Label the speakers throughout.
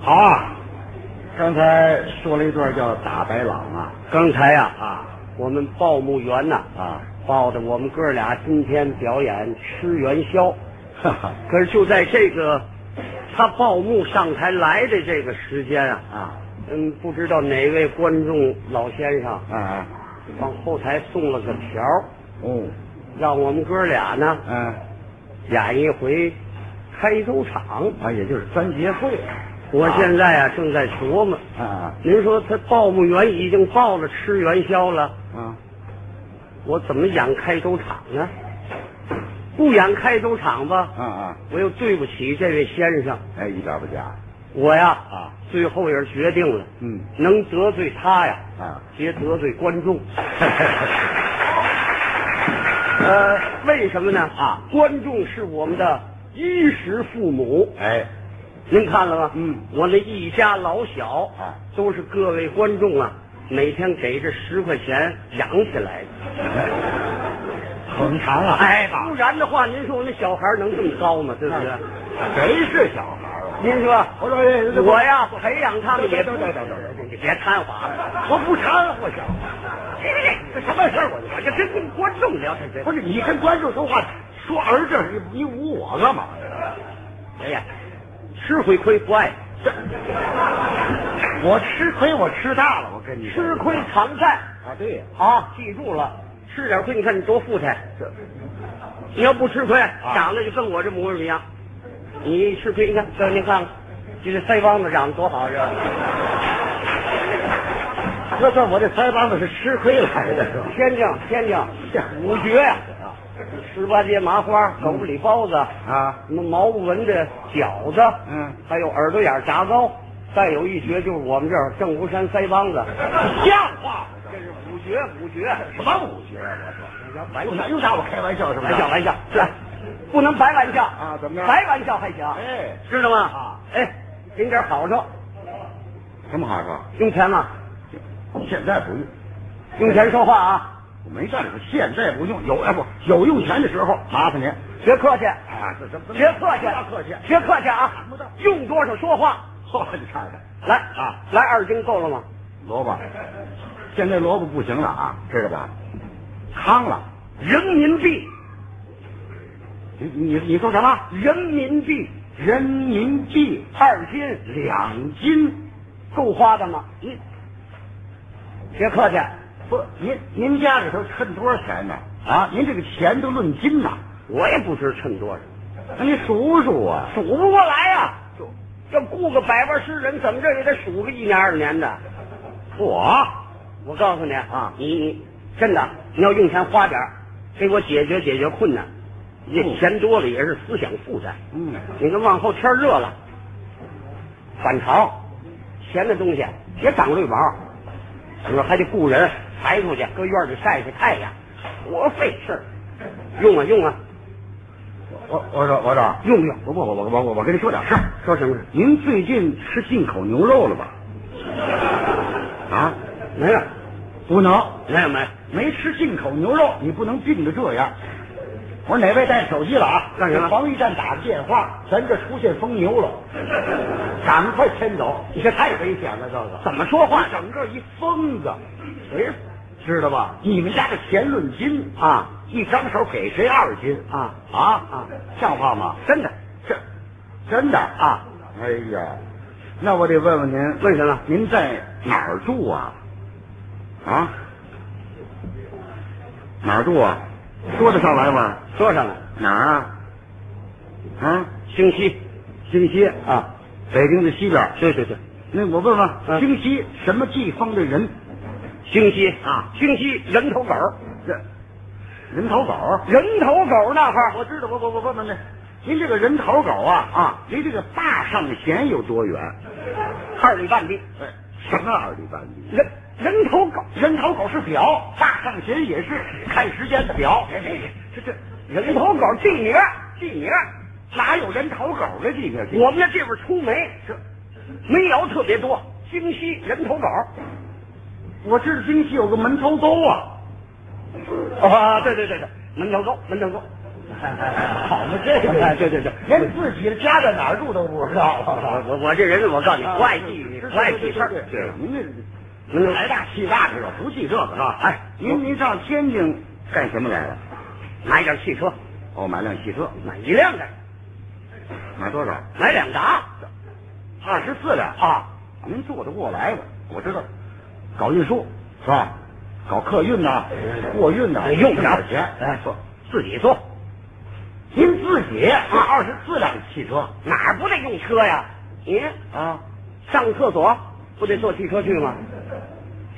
Speaker 1: 好啊，
Speaker 2: 刚才说了一段叫打白朗啊
Speaker 1: 刚才呀、啊，
Speaker 2: 啊
Speaker 1: 我们报幕员呐、
Speaker 2: 啊，
Speaker 1: 抱着我们哥俩今天表演吃元宵，
Speaker 2: 哈哈
Speaker 1: 可是就在这个他报幕上台来的这个时间啊，
Speaker 2: 啊
Speaker 1: 嗯，不知道哪位观众老先生
Speaker 2: 啊
Speaker 1: 往后台送了个条儿
Speaker 2: 哦
Speaker 1: 让我们哥俩呢
Speaker 2: 嗯
Speaker 1: 演一回开州场。
Speaker 2: 啊，也就是三节会
Speaker 1: 我现在啊正在琢磨，
Speaker 2: 啊
Speaker 1: 您说他报幕员已经报了吃元宵了，
Speaker 2: 啊，
Speaker 1: 我怎么演开州场呢？不演开州场吧，
Speaker 2: 啊啊，
Speaker 1: 我又对不起这位先生。
Speaker 2: 哎，一点不假
Speaker 1: 我呀
Speaker 2: 啊，
Speaker 1: 最后也是决定了，
Speaker 2: 嗯
Speaker 1: 能得罪他呀，
Speaker 2: 啊，
Speaker 1: 别得罪观 众。呃，为什么呢？
Speaker 2: 啊，
Speaker 1: 观众是我们的衣食父母。
Speaker 2: 哎
Speaker 1: 您看了吗？
Speaker 2: 嗯
Speaker 1: 我那一家老小
Speaker 2: 啊，
Speaker 1: 都是各位观众啊，每天给这十块钱养起 来的。
Speaker 2: 捧场啊，
Speaker 1: 哎，不然的话，您说我那小孩能这么高吗？对不对？
Speaker 2: 谁是小孩儿啊？
Speaker 1: 您说，
Speaker 2: 哎我说哎
Speaker 1: 我呀，培养他们也不
Speaker 2: 等等等等等等
Speaker 1: 你别掺和啊！
Speaker 2: 我不掺和小孩
Speaker 1: 这
Speaker 2: 什么事儿我就
Speaker 1: 我这真跟观众聊天这
Speaker 2: 不是你跟观众说话说儿子，你你捂我干嘛呀？
Speaker 1: 哎呀，吃回亏不爱，
Speaker 2: 我吃亏我吃大了，我跟你
Speaker 1: 吃亏常在
Speaker 2: 啊，对呀、
Speaker 1: 啊！记住了，吃点亏，你看你多富态。你要不吃亏，
Speaker 2: 啊
Speaker 1: 长得就跟我这模样一样。你一吃亏，你看，这您看看，这腮帮子长得多好，是吧？
Speaker 2: 啊这算我这腮帮子是吃亏来的是吧？
Speaker 1: 天津，天津，五绝呀，十八街麻花、狗不理包子，
Speaker 2: 啊，
Speaker 1: 什么毛不文的饺子，
Speaker 2: 嗯，
Speaker 1: 还有耳朵眼炸糕，再有一绝就是我们这儿正福山腮帮 子，
Speaker 2: 像话吗？
Speaker 1: 这是五绝，五绝。
Speaker 2: 什么武学啊？我说，又拿又拿我开玩笑是不是？
Speaker 1: 玩笑玩笑，来，不能白玩笑
Speaker 2: 啊怎么着
Speaker 1: 白玩笑还行，
Speaker 2: 哎
Speaker 1: 知道吗？
Speaker 2: 啊，
Speaker 1: 哎，给你点好处，
Speaker 2: 什么好说？
Speaker 1: 用钱吗？
Speaker 2: 现在不用，
Speaker 1: 用钱说话啊，
Speaker 2: 我没干什么，现在不用，有哎不有用钱的时候麻烦您
Speaker 1: 别客气，
Speaker 2: 啊，这什么
Speaker 1: 别客气，
Speaker 2: 客气。
Speaker 1: 别 客气啊
Speaker 2: 看不到，
Speaker 1: 用多少说话。
Speaker 2: 嚯，你看看
Speaker 1: 来
Speaker 2: 啊，
Speaker 1: 来二斤够了吗？
Speaker 2: 萝卜，现在萝卜不行了啊，知道吧？康了，
Speaker 1: 人民币，
Speaker 2: 你你你说什么？
Speaker 1: 人民币
Speaker 2: 人民币
Speaker 1: 二斤
Speaker 2: 两斤，
Speaker 1: 够花的吗？
Speaker 2: 您
Speaker 1: 别嗯客气，
Speaker 2: 不，您您家里头趁多少钱呢？啊，您这个钱都论斤呐，
Speaker 1: 我也不知称多少，
Speaker 2: 那你数数啊。
Speaker 1: 数不过来呀、
Speaker 2: 数
Speaker 1: 要雇个百八十人，怎么着也得数个一年二年的。
Speaker 2: 我
Speaker 1: 我告诉你
Speaker 2: 啊
Speaker 1: 你你真的，你要用钱花点儿给我解决解决困难。这
Speaker 2: 嗯
Speaker 1: 钱多了也是思想负担。
Speaker 2: 嗯，
Speaker 1: 你看往后天儿热了，反潮，钱的东西也长绿毛，你说还得雇人抬出去，搁院里晒晒太阳，多费事儿。用啊用啊
Speaker 2: 我我说我说，
Speaker 1: 用用，
Speaker 2: 不不我我我我我跟您说点事儿。
Speaker 1: 说什么事？
Speaker 2: 您最近吃进口牛肉了吧？啊，
Speaker 1: 没有，
Speaker 2: 不能，
Speaker 1: 没有没有，
Speaker 2: 没吃进口牛肉，你不能病得这样。我说哪位带手机了啊？
Speaker 1: 干什么
Speaker 2: 给防疫站打个电话，咱这出现疯牛了，赶快迁走！你这太危险了，这个
Speaker 1: 怎么说话
Speaker 2: 整个一疯子，谁知道吧？你们家的钱论斤啊，一张手给谁二斤
Speaker 1: 啊
Speaker 2: 啊啊，像话吗？
Speaker 1: 真的
Speaker 2: 这真的
Speaker 1: 啊？
Speaker 2: 哎呀，那我得问问您，
Speaker 1: 为什么？
Speaker 2: 啊您在哪儿住啊？啊？哪儿住啊？说得上来吗？
Speaker 1: 说上了，
Speaker 2: 哪儿啊？啊？
Speaker 1: 星期
Speaker 2: 京西，
Speaker 1: 啊，
Speaker 2: 北京的西边儿。
Speaker 1: 对对对。
Speaker 2: 那我问
Speaker 1: 嗯
Speaker 2: 问，京西什么地方的人？
Speaker 1: 京西
Speaker 2: 啊
Speaker 1: 京西人头狗，
Speaker 2: 这人头狗？
Speaker 1: 人头狗那块儿
Speaker 2: 我知道，我我我问问您，您这个人头狗啊啊，离这个大上弦有多远？
Speaker 1: 二里半地，
Speaker 2: 哎，什么二里半里？
Speaker 1: 人人头狗，
Speaker 2: 人头狗是表，大上弦也是看时间的表。这这
Speaker 1: 人头狗地名儿地名儿，
Speaker 2: 哪有人头狗的地方？
Speaker 1: 我们家这边出煤，
Speaker 2: 这
Speaker 1: 煤窑特别多。京西人头狗
Speaker 2: 我知道京西有个门头沟啊，
Speaker 1: 啊，对对对对，门头沟门头沟，
Speaker 2: 好嘛，这个
Speaker 1: 哎对对对
Speaker 2: 连自己的家在哪儿住都不知道
Speaker 1: 我
Speaker 2: 了。
Speaker 1: 我我这人，我告诉你，
Speaker 2: 啊
Speaker 1: 不爱记，
Speaker 2: 是是
Speaker 1: 不爱记事儿。
Speaker 2: 对对对
Speaker 1: 您这您来大气大的时候不记这个是吧？哎，您您上天津干什么来了？买点汽车。哦，买辆汽车，买一辆的，
Speaker 2: 买多少？
Speaker 1: 买两打
Speaker 2: 二十四辆。
Speaker 1: 啊。
Speaker 2: 您做得过来吗？我知道，搞运输是吧？搞客运呐、货运呐、
Speaker 1: 哎用不着
Speaker 2: 挣点钱。
Speaker 1: 哎
Speaker 2: 说
Speaker 1: 自己做，
Speaker 2: 您自己那二十四辆汽车
Speaker 1: 哪儿不得用车呀？你
Speaker 2: 啊，
Speaker 1: 上厕所不得坐汽车去吗？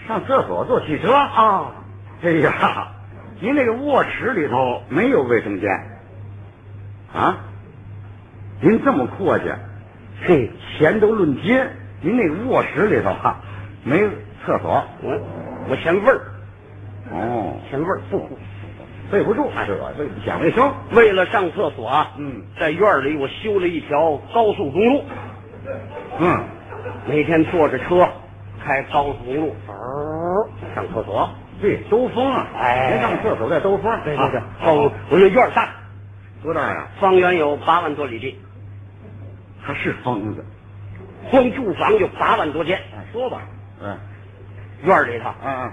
Speaker 2: 上厕所坐汽车啊？哎呀，您那个卧室里头没有卫生间啊？您这么阔气，
Speaker 1: 嘿，
Speaker 2: 钱都论斤，您那个卧室里头哈没厕所
Speaker 1: 我我嫌味儿，
Speaker 2: 哦，
Speaker 1: 嫌味儿不。
Speaker 2: 备不住是吧？这讲卫生。
Speaker 1: 为了上厕所啊，
Speaker 2: 嗯
Speaker 1: 在院儿里我修了一条高速公路，
Speaker 2: 嗯，
Speaker 1: 每天坐着车开高速公路，上厕所。
Speaker 2: 对，兜风啊！
Speaker 1: 哎
Speaker 2: 您上厕所再兜风。
Speaker 1: 对对对
Speaker 2: 啊，
Speaker 1: 哦，我这院儿大，
Speaker 2: 多大呀？
Speaker 1: 方圆有八万多里地，
Speaker 2: 他是疯子。
Speaker 1: 光住房就八万多间。
Speaker 2: 说吧。嗯
Speaker 1: 院儿里头
Speaker 2: 嗯嗯，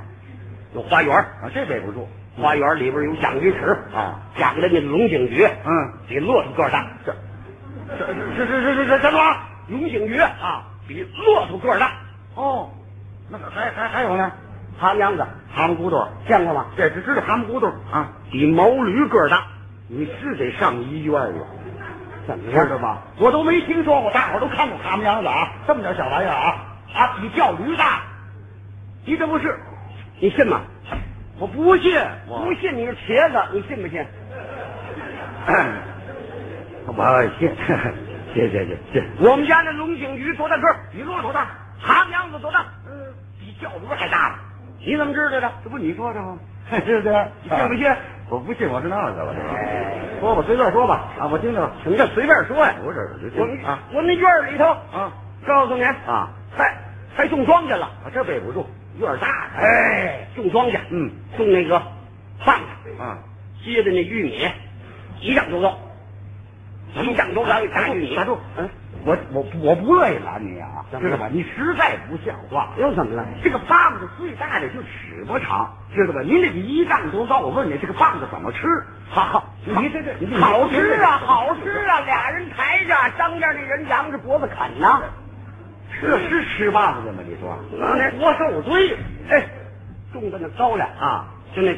Speaker 1: 有花园儿，
Speaker 2: 啊，这备不住。
Speaker 1: 花园里边有养鱼池
Speaker 2: 啊，
Speaker 1: 养的那龙井鱼，
Speaker 2: 嗯，
Speaker 1: 比骆驼个儿大。
Speaker 2: 这这这这这这这什么？
Speaker 1: 龙井鱼啊，比骆驼个儿大。
Speaker 2: 哦，那个还还还有呢？
Speaker 1: 蛤蟆秧子
Speaker 2: 蛤蟆骨朵，
Speaker 1: 见过吗？
Speaker 2: 这只知道蛤蟆骨朵啊。
Speaker 1: 比毛驴个儿大。
Speaker 2: 你是得上医院了，
Speaker 1: 啊怎么
Speaker 2: 知道
Speaker 1: 样？
Speaker 2: 吧？我都没听说过，大伙儿都看过蛤蟆秧子啊，这么点小玩意儿啊啊，比叫驴 大，你这不是？
Speaker 1: 你信吗？
Speaker 2: 我不信，
Speaker 1: 不信你是茄子，你信不信？
Speaker 2: 我 信，谢谢谢谢。
Speaker 1: 我们家那龙井鱼多大个儿？
Speaker 2: 你骆驼大，
Speaker 1: 蛤蟆秧子多大？
Speaker 2: 嗯，
Speaker 1: 比叫驴还大呢。你怎么知道的？
Speaker 2: 这不你说的吗？对不对？
Speaker 1: 你信不信？
Speaker 2: 啊我不信，哎我是那个，我是。说吧，随便说吧，啊，我听听。
Speaker 1: 什么叫随便说呀？
Speaker 2: 不是
Speaker 1: 我们
Speaker 2: 啊
Speaker 1: 我们那院儿里头，
Speaker 2: 啊
Speaker 1: 告诉你，
Speaker 2: 啊，
Speaker 1: 还还种庄稼了。
Speaker 2: 这背不住，
Speaker 1: 院儿大，
Speaker 2: 哎，
Speaker 1: 种庄稼，
Speaker 2: 嗯，
Speaker 1: 种那个棒子，
Speaker 2: 啊，
Speaker 1: 接的那玉米，一丈多高，一丈多高一大玉米。
Speaker 2: 哎打住，
Speaker 1: 嗯，
Speaker 2: 我我我不乐意拦你啊，
Speaker 1: 怎么
Speaker 2: 知
Speaker 1: 了
Speaker 2: 道吧？你实在不像话。
Speaker 1: 又怎么了？
Speaker 2: 这个棒子最大的就尺八长，知道吧？您这个一丈多高，我问你，这个棒子怎么吃？好，你这这你
Speaker 1: 好吃啊，好吃啊！俩人抬着，当家那人扬着脖子啃呐。
Speaker 2: 这是吃棒子的吗？你说
Speaker 1: 那多受罪！哎，种的那高粱，
Speaker 2: 啊？
Speaker 1: 就那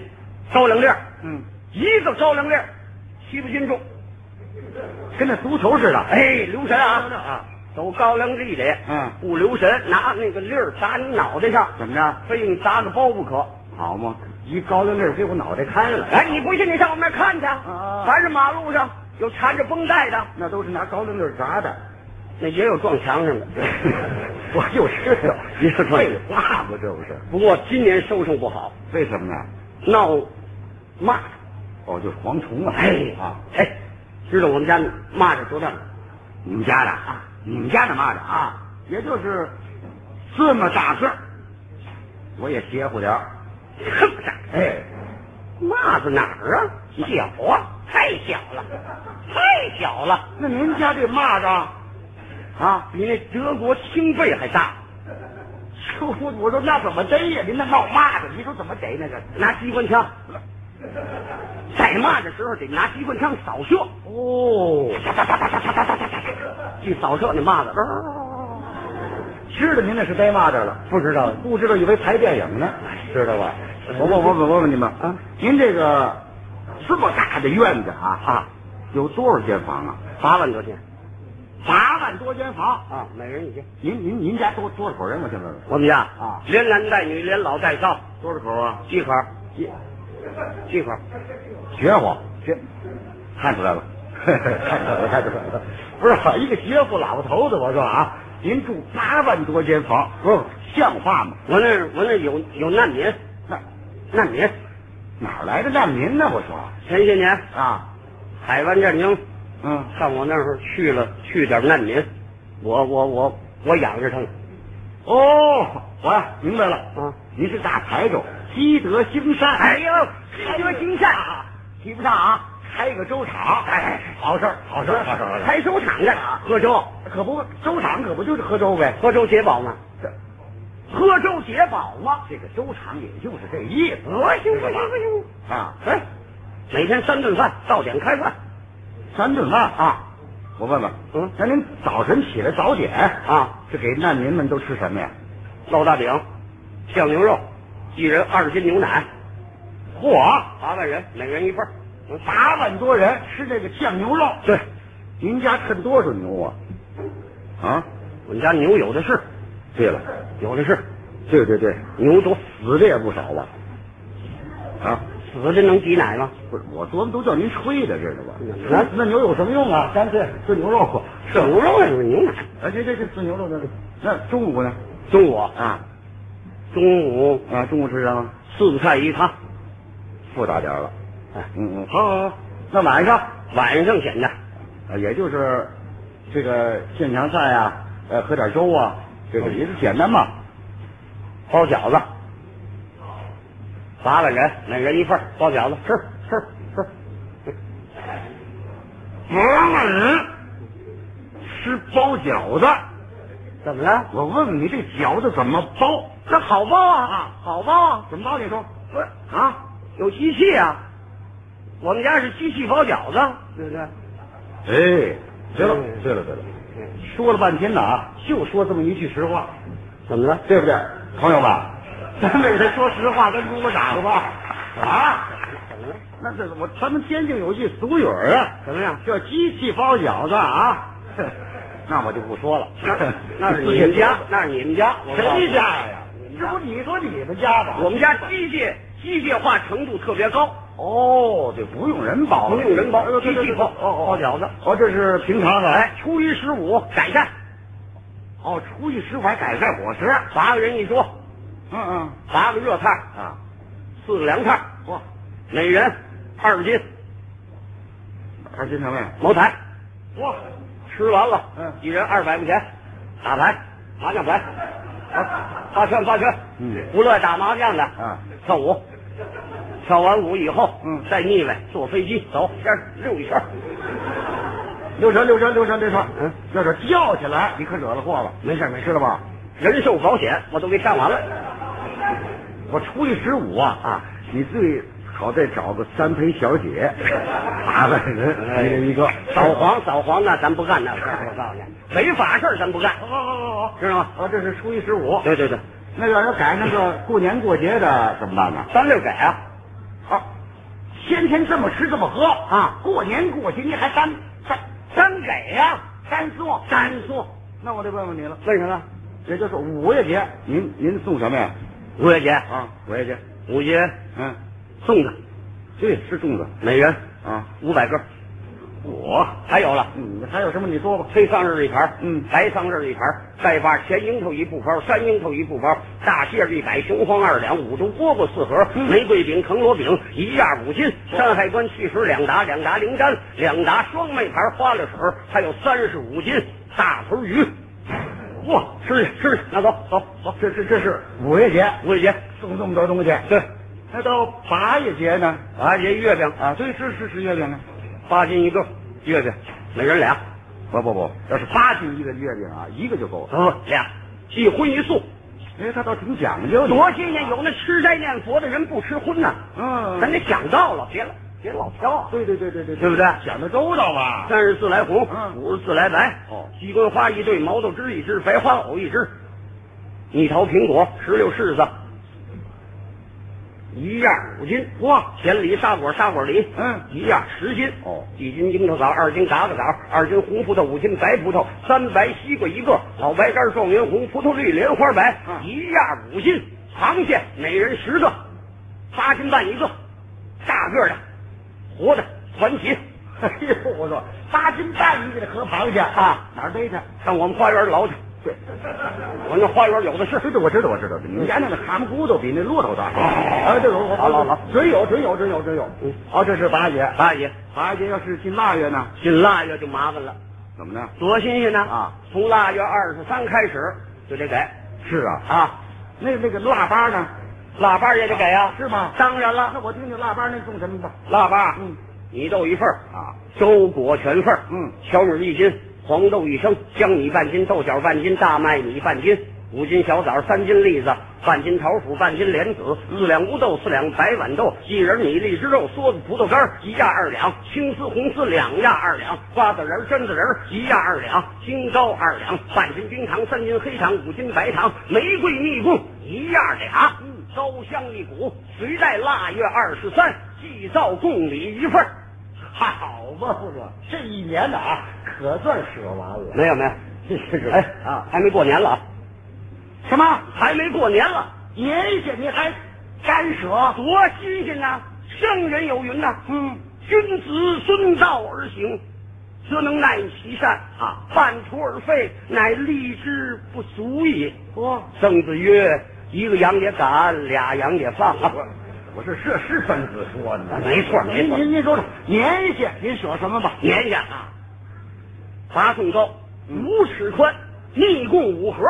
Speaker 1: 高粱粒儿，
Speaker 2: 嗯，
Speaker 1: 一个高粱粒儿七八斤重。
Speaker 2: 跟那足球似的。
Speaker 1: 哎，留神啊！
Speaker 2: 啊，
Speaker 1: 走高粱地里，
Speaker 2: 嗯
Speaker 1: 不留神拿那个粒儿砸你脑袋上，
Speaker 2: 怎么着？
Speaker 1: 非你砸个包不可。
Speaker 2: 好嘛，一高粱粒儿给我脑袋开了。
Speaker 1: 哎，你不信你上我们那儿看去，
Speaker 2: 啊
Speaker 1: 凡是马路上有缠着绷带的，
Speaker 2: 那都是拿高粱粒儿砸的。
Speaker 1: 那也有撞墙 上的。
Speaker 2: 我就是
Speaker 1: 你说这
Speaker 2: 废话不？这不是？
Speaker 1: 不过今年收成不好，
Speaker 2: 为什么呢？
Speaker 1: 闹蚂蚱。
Speaker 2: 哦，就是蝗虫啊！
Speaker 1: 哎
Speaker 2: 啊，
Speaker 1: 哎，知道我们家蚂蚱多大吗？
Speaker 2: 你们家的啊，你们家的蚂蚱啊，也就是这么大个儿，我也邪乎点儿。
Speaker 1: 这么大，
Speaker 2: 哎，
Speaker 1: 蚂蚱哪儿啊？小啊，太小了，太小了。
Speaker 2: 那您家这蚂蚱啊，
Speaker 1: 比那德国青贝还大，
Speaker 2: 我我说那怎么逮呀？您那闹蚂蚱，你说怎么逮那个？
Speaker 1: 拿机关枪。逮蚂蚱的时候得拿机关枪扫射，
Speaker 2: 哦，
Speaker 1: 一扫射那蚂蚱
Speaker 2: 知道您那是逮蚂蚱了，
Speaker 1: 不知道
Speaker 2: 不知道以为拍电影呢，哎知道吧？我我我我问问你们
Speaker 1: 啊，
Speaker 2: 您这个这么大的院子啊啊，有多少间房啊？
Speaker 1: 八万多天
Speaker 2: 八万多间房，
Speaker 1: 啊，每人一间。
Speaker 2: 您您您家多多少口人？我先问问。
Speaker 1: 我们家
Speaker 2: 啊
Speaker 1: 连男带女，连老带少，
Speaker 2: 多少口啊？
Speaker 1: 几口儿？
Speaker 2: 一
Speaker 1: 几口儿？
Speaker 2: 绝户，这看出来 了，看出来了，看出来了。不是一个绝户老头子，我说啊，您住八万多间房，不是像话吗？
Speaker 1: 我那我那有有难民，
Speaker 2: 那
Speaker 1: 难民。
Speaker 2: 哪儿来的难民呢？我说
Speaker 1: 前些年
Speaker 2: 啊，
Speaker 1: 海湾战争
Speaker 2: 嗯，
Speaker 1: 上我那儿去了，去点难民，我我我我养着他们
Speaker 2: 哦，我呀明白了，
Speaker 1: 啊。
Speaker 2: 您是大台州积德兴善，
Speaker 1: 哎呦，开德行善，
Speaker 2: 提不上啊，开一个粥厂，哎，好事儿，好事儿，好事儿，好事儿
Speaker 1: 开粥厂的喝粥，
Speaker 2: 可不，粥厂可不就是喝粥呗？
Speaker 1: 喝粥解饱嘛，
Speaker 2: 这
Speaker 1: 喝粥解饱嘛。
Speaker 2: 啊这个粥厂也就是这意思，
Speaker 1: 不行
Speaker 2: 知
Speaker 1: 不
Speaker 2: 道
Speaker 1: 行
Speaker 2: 吧
Speaker 1: 不行，
Speaker 2: 啊！
Speaker 1: 哎，每天三顿饭，到点开饭
Speaker 2: 三顿饭，
Speaker 1: 啊
Speaker 2: 我问问，
Speaker 1: 嗯
Speaker 2: 那您早晨起来早点，
Speaker 1: 啊，
Speaker 2: 这给难民们都吃什么呀？
Speaker 1: 烙大饼，酱牛肉，一人二斤牛奶，
Speaker 2: 嚯，
Speaker 1: 八万人每人一份儿。嗯
Speaker 2: 八万多人吃这个酱牛肉，
Speaker 1: 对，
Speaker 2: 您家趁多少牛啊？啊，
Speaker 1: 我们家牛有的是，
Speaker 2: 对了，
Speaker 1: 有的是，
Speaker 2: 对对对，
Speaker 1: 牛多，
Speaker 2: 死的也不少吧？啊，
Speaker 1: 死的能挤奶吗？
Speaker 2: 不是，我琢磨都叫您吹的，知道吧
Speaker 1: 嗯？
Speaker 2: 那那牛有什么用啊？干脆炖牛肉。
Speaker 1: 吃牛肉也是牛奶。
Speaker 2: 啊，这这这炖牛肉那那中午呢？
Speaker 1: 中午
Speaker 2: 啊
Speaker 1: 中午
Speaker 2: 啊，中午吃什么？
Speaker 1: 四个菜一汤，
Speaker 2: 复杂点儿了。
Speaker 1: 哎
Speaker 2: 嗯嗯，好好好。那晚上
Speaker 1: 晚上显的
Speaker 2: 啊，也就是这个县强菜啊，呃，喝点粥啊，这个也是简单嘛。
Speaker 1: 包饺子，八个人每人一份儿包饺子吃吃吃。
Speaker 2: 嗯，吃包饺子。
Speaker 1: 怎么了？
Speaker 2: 我问问你，这饺子怎么包？
Speaker 1: 那好包啊，
Speaker 2: 啊
Speaker 1: 好包啊，
Speaker 2: 怎么包？你说
Speaker 1: 不是
Speaker 2: 啊？
Speaker 1: 有机器啊。我们家是机器包饺子，对不对？
Speaker 2: 哎，对了，对了，对了，
Speaker 1: 嗯
Speaker 2: 说了半天了啊，就说这么一句实话，
Speaker 1: 怎么了？
Speaker 2: 对不对，朋友们？咱为他说实话，咱鼓鼓掌吧。啊，
Speaker 1: 怎么了？
Speaker 2: 那这我咱们天津有句俗语儿啊，
Speaker 1: 怎么样？
Speaker 2: 叫机器包饺子啊。 那我就不说了，
Speaker 1: 那那是你们家，那是你们家，我告诉你
Speaker 2: 谁家呀？这不你说你们家吗？
Speaker 1: 我们家机械机械化程度特别高，
Speaker 2: 哦，对，不用人包了，
Speaker 1: 不用人包，机
Speaker 2: 机器
Speaker 1: 器包
Speaker 2: 包，哦哦
Speaker 1: 包饺子。
Speaker 2: 哦，这是平常的，哎，
Speaker 1: 初一十五改善，
Speaker 2: 哦，初一十五还改善伙食，
Speaker 1: 八个人一桌，
Speaker 2: 嗯嗯
Speaker 1: 八个热菜，
Speaker 2: 啊，
Speaker 1: 四个凉菜，
Speaker 2: 哇，
Speaker 1: 每人二斤
Speaker 2: 二斤什么呀？
Speaker 1: 茅台。
Speaker 2: 哇，
Speaker 1: 吃完了，
Speaker 2: 嗯
Speaker 1: 一人二百块钱，打牌，麻将牌，
Speaker 2: 哎
Speaker 1: 啊，发圈发圈，
Speaker 2: 嗯
Speaker 1: 不乐意打麻将的，
Speaker 2: 啊，
Speaker 1: 跳舞，跳完舞以后，
Speaker 2: 嗯
Speaker 1: 再腻歪，坐飞机走，先溜一圈，
Speaker 2: 六神六神六神六神，
Speaker 1: 嗯，
Speaker 2: 要是叫起来，你可惹了祸了。
Speaker 1: 没事没事
Speaker 2: 知道吧？
Speaker 1: 人寿保险我都给上完了，
Speaker 2: 我初一十五啊啊，你最好再找个三陪小姐，八个人一人一个，
Speaker 1: 哎扫黄扫黄那咱不干那事 儿，我告诉你，违法事儿咱不干，
Speaker 2: 好好好好
Speaker 1: 知道吗？
Speaker 2: 好，啊，这是初一十五，
Speaker 1: 对对对，
Speaker 2: 那要是改那个过年过节的怎么办呢？
Speaker 1: 三六改啊。
Speaker 2: 啊，天天这么吃这么喝
Speaker 1: 啊，
Speaker 2: 过年过节你还单单
Speaker 1: 三给呀、
Speaker 2: 单送，
Speaker 1: 单数。
Speaker 2: 那我得问问你了，
Speaker 1: 为什么？
Speaker 2: 也就是五月节，您您送什么呀？
Speaker 1: 五月节，
Speaker 2: 啊，五月节，
Speaker 1: 五节
Speaker 2: 嗯，
Speaker 1: 粽子，
Speaker 2: 对，是粽子
Speaker 1: 每人
Speaker 2: 啊。
Speaker 1: 五百个。
Speaker 2: 我，
Speaker 1: 还有了，
Speaker 2: 你还有什么？你说吧。
Speaker 1: 黑桑葚一盘儿，
Speaker 2: 嗯
Speaker 1: 白桑葚一盘儿，再把咸樱桃一布包，山樱桃一布包，大蟹一百，雄黄二两，五洲蝈蝈四盒，
Speaker 2: 嗯
Speaker 1: 玫瑰饼、藤萝饼一样五斤，山海关气石两打，两打灵丹，两打双妹牌花了水儿，还有三十五斤大头鱼。
Speaker 2: 嚯，
Speaker 1: 吃去吃去，拿走走走。
Speaker 2: 这这这是五月节
Speaker 1: 五月节，
Speaker 2: 送这么多东西。
Speaker 1: 对，
Speaker 2: 那到八月节呢？
Speaker 1: 啊，这月饼
Speaker 2: 啊，对，是是是月饼啊。
Speaker 1: 八斤一个，月饼每人俩。
Speaker 2: 不不不，要是八斤一个月饼啊，一个就够了。
Speaker 1: 不俩，一荤一素。
Speaker 2: 哎，他倒挺讲究你。
Speaker 1: 多新鲜！有那吃斋念佛的人不吃荤呐、
Speaker 2: 嗯
Speaker 1: 咱得讲道了，别老别老挑啊。
Speaker 2: 对对对对对，
Speaker 1: 对不对
Speaker 2: 讲的周到吧？
Speaker 1: 三十四来红，
Speaker 2: 嗯
Speaker 1: 五十四来白，
Speaker 2: 哦
Speaker 1: 鸡冠花一对，毛豆枝一只，白花藕一只，蜜桃苹果石榴柿子，一样五斤。哇，甜梨沙果沙果梨，
Speaker 2: 嗯
Speaker 1: 一样十斤。
Speaker 2: 哦
Speaker 1: 一斤樱桃枣，二斤嘎子枣，二斤红葡萄，五斤白葡萄，三白西瓜一个，老白干状元红，葡萄绿莲花白，
Speaker 2: 嗯
Speaker 1: 一样五斤。螃蟹每人十个，八斤半一个，大个的，活的团体。
Speaker 2: 哎呦，我说八斤半一个的河螃蟹
Speaker 1: 啊，
Speaker 2: 哪儿逮去？
Speaker 1: 上我们花园捞去。
Speaker 2: 对，
Speaker 1: 我那花园有的是。
Speaker 2: 知道我知道我知道，你们家那个蛤蟆骨头比那骆驼大。 啊，对，我我
Speaker 1: 好好好，
Speaker 2: 准有准有准有准有。
Speaker 1: 嗯
Speaker 2: 好，哦这是八爷，
Speaker 1: 大爷，
Speaker 2: 八爷要是进腊月呢，
Speaker 1: 进腊月就麻烦了，
Speaker 2: 怎么呢？
Speaker 1: 多新鲜呢！
Speaker 2: 啊，
Speaker 1: 从腊月二十三开始就得给
Speaker 2: 是啊，
Speaker 1: 啊，
Speaker 2: 那那个腊八呢？
Speaker 1: 腊八也得给啊，
Speaker 2: 是吗
Speaker 1: 当然了，
Speaker 2: 啊那我听听腊八那种什么吧。
Speaker 1: 腊八，
Speaker 2: 嗯，
Speaker 1: 米豆一份儿
Speaker 2: 啊，
Speaker 1: 粥果全份儿
Speaker 2: 嗯
Speaker 1: 小米一斤，黄豆一升，江米半斤，豆角半斤，大麦米半斤，五斤小枣，三斤栗子，半斤桃脯，半斤莲子，四两乌豆，四两白豌豆，一仁米，荔枝肉，梭子葡萄干儿，一压二两，青丝红丝两压二两，瓜子仁儿、榛子仁儿一压二两，青糕二两，半斤冰糖，三斤黑糖，五斤白糖，玫瑰蜜供一压俩，高香一股，随带腊月二十三，祭灶贡礼一份儿。
Speaker 2: 好嘛，不说这一年呐啊，可算舍完了。
Speaker 1: 没有没有，
Speaker 2: 这是是
Speaker 1: 哎
Speaker 2: 啊
Speaker 1: 还没过年了啊，
Speaker 2: 什么？
Speaker 1: 还没过年了，
Speaker 2: 年下你还干舍？
Speaker 1: 多新鲜呐、啊圣人有云呐、
Speaker 2: 嗯，
Speaker 1: 君子遵道而行，则能耐其善
Speaker 2: 啊
Speaker 1: 半途而废，乃立之不足矣。
Speaker 2: 哦，
Speaker 1: 曾子曰：“一个羊也赶，俩羊也放啊。
Speaker 2: 我我是这是孙子说的，
Speaker 1: 没错没错
Speaker 2: 您您您说说，年下您舍什么吧”？
Speaker 1: 年下啊，拔送高，五尺宽，密供五盒，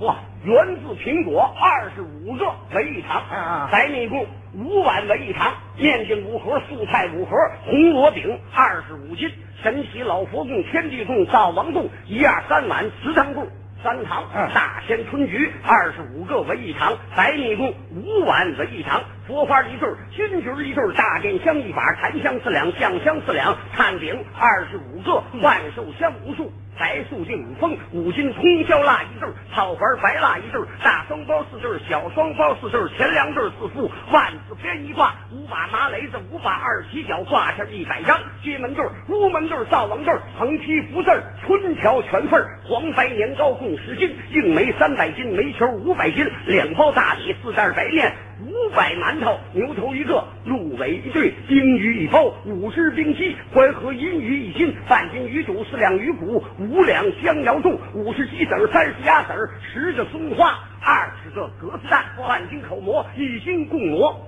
Speaker 2: 哇，
Speaker 1: 源自苹果，二十五个为一堂
Speaker 2: 啊啊，
Speaker 1: 白米供五碗为一堂，面筋五盒，素菜五盒，红萝饼二十五斤，神奇老佛供、天地供、灶王供一二三碗，祠堂供三堂，
Speaker 2: 嗯
Speaker 1: 大仙春菊二十五个为一堂，白米供五碗为一堂，佛花一对儿，金菊一对儿，大殿香一把，檀香四两，酱香四两，炭饼二十五个，万寿香无数。白素净五峰，五斤通宵蜡一对儿，草环白蜡一对儿，大双包四对儿，小双包四对儿，前两对儿四副，万字编一挂，五把麻雷子，五把二踢脚，挂下一百张。街门对儿、屋门对儿、灶王对儿，横批福字儿，春条全份儿，黄白年糕共十斤，硬梅三百斤，煤球五百斤，两包大米，四袋白面。五百馒头，牛头一个，鹿尾一对，冰鱼一包，五只冰鸡，淮河银鱼一斤，半斤鱼肚，四两鱼骨，五两香瑶粽，五十鸡子儿，三十鸭子儿，十个松花，二十个格子蛋，半斤口蘑，一斤贡蘑。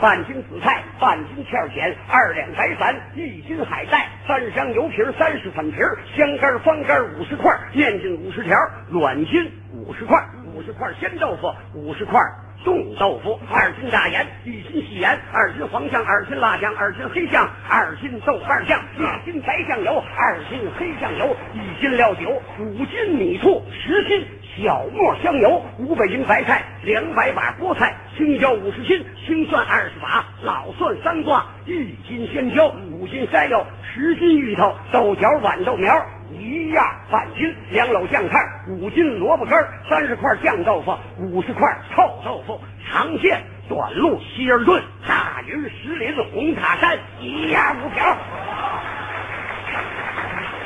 Speaker 1: 半斤紫菜，半斤苄蚬，二两白矾，一斤海带，三箱油皮儿，三十粉皮儿，香干儿方干儿五十块儿，面筋五十条儿，卵筋五十块儿，五十块儿鲜豆腐，五十块儿冻豆腐，二斤大盐，一斤细盐，二斤黄酱，二斤辣酱，二斤黑酱，二斤豆瓣酱，一斤白酱油，二斤黑酱油，一斤料酒，五斤米醋，十斤小磨香油，五百斤白菜，两百把菠菜，青椒五十斤，青蒜二十把，老蒜三挂，一斤鲜椒，五斤山药，十斤芋头，豆角豌豆苗，一样半斤，两篓酱菜，五斤萝卜干儿，三十块酱豆腐，五十块臭豆腐，长线短路希尔顿，大鱼石林红塔山，一样五条。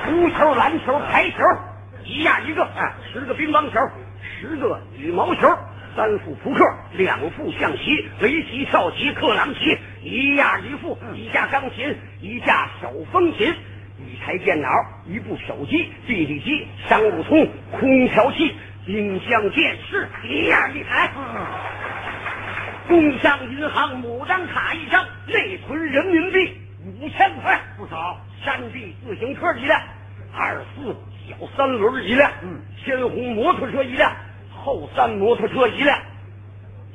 Speaker 1: 足球、篮球、排球，一样一个，啊，十个乒乓球，十个羽毛球，三副扑克，两副象棋，围棋、跳棋、克朗棋，一样一副，一架钢琴，一架手风琴。一台电脑，一部手机、B B 机、商务通、空调器、冰箱、电视，一样一台。
Speaker 2: 嗯
Speaker 1: 工商银行某张卡一张，内存人民币五千块，不少。山地自行车一辆，二四小三轮一辆，
Speaker 2: 嗯，
Speaker 1: 鲜红摩托车一辆，后山摩托车一辆，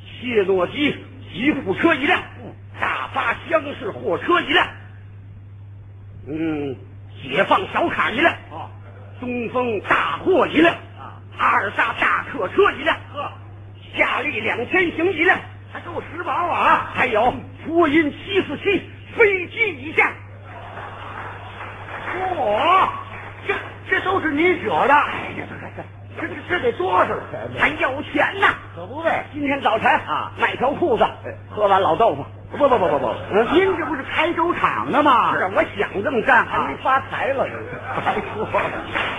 Speaker 1: 切诺基吉普车一辆，大巴厢式货车一辆，嗯，解放小卡一辆，
Speaker 2: 哦，
Speaker 1: 东风大货一辆，
Speaker 2: 啊，
Speaker 1: 阿尔萨大客车一辆，呵，夏利两千型一辆，
Speaker 2: 还够时髦啊！
Speaker 1: 还有波音七四七飞机一架，
Speaker 2: 嚯，这这都是您舍的，哎呀，这这这得多少钱
Speaker 1: 还要钱呐！
Speaker 2: 可不呗。
Speaker 1: 今天早晨
Speaker 2: 啊
Speaker 1: 买条裤子
Speaker 2: 哎，
Speaker 1: 喝碗老豆腐。
Speaker 2: 不不不不不
Speaker 1: 嗯
Speaker 2: 您这不是开粥厂的吗？哎
Speaker 1: 是啊，我想这么干，还没
Speaker 2: 发财了，白说了。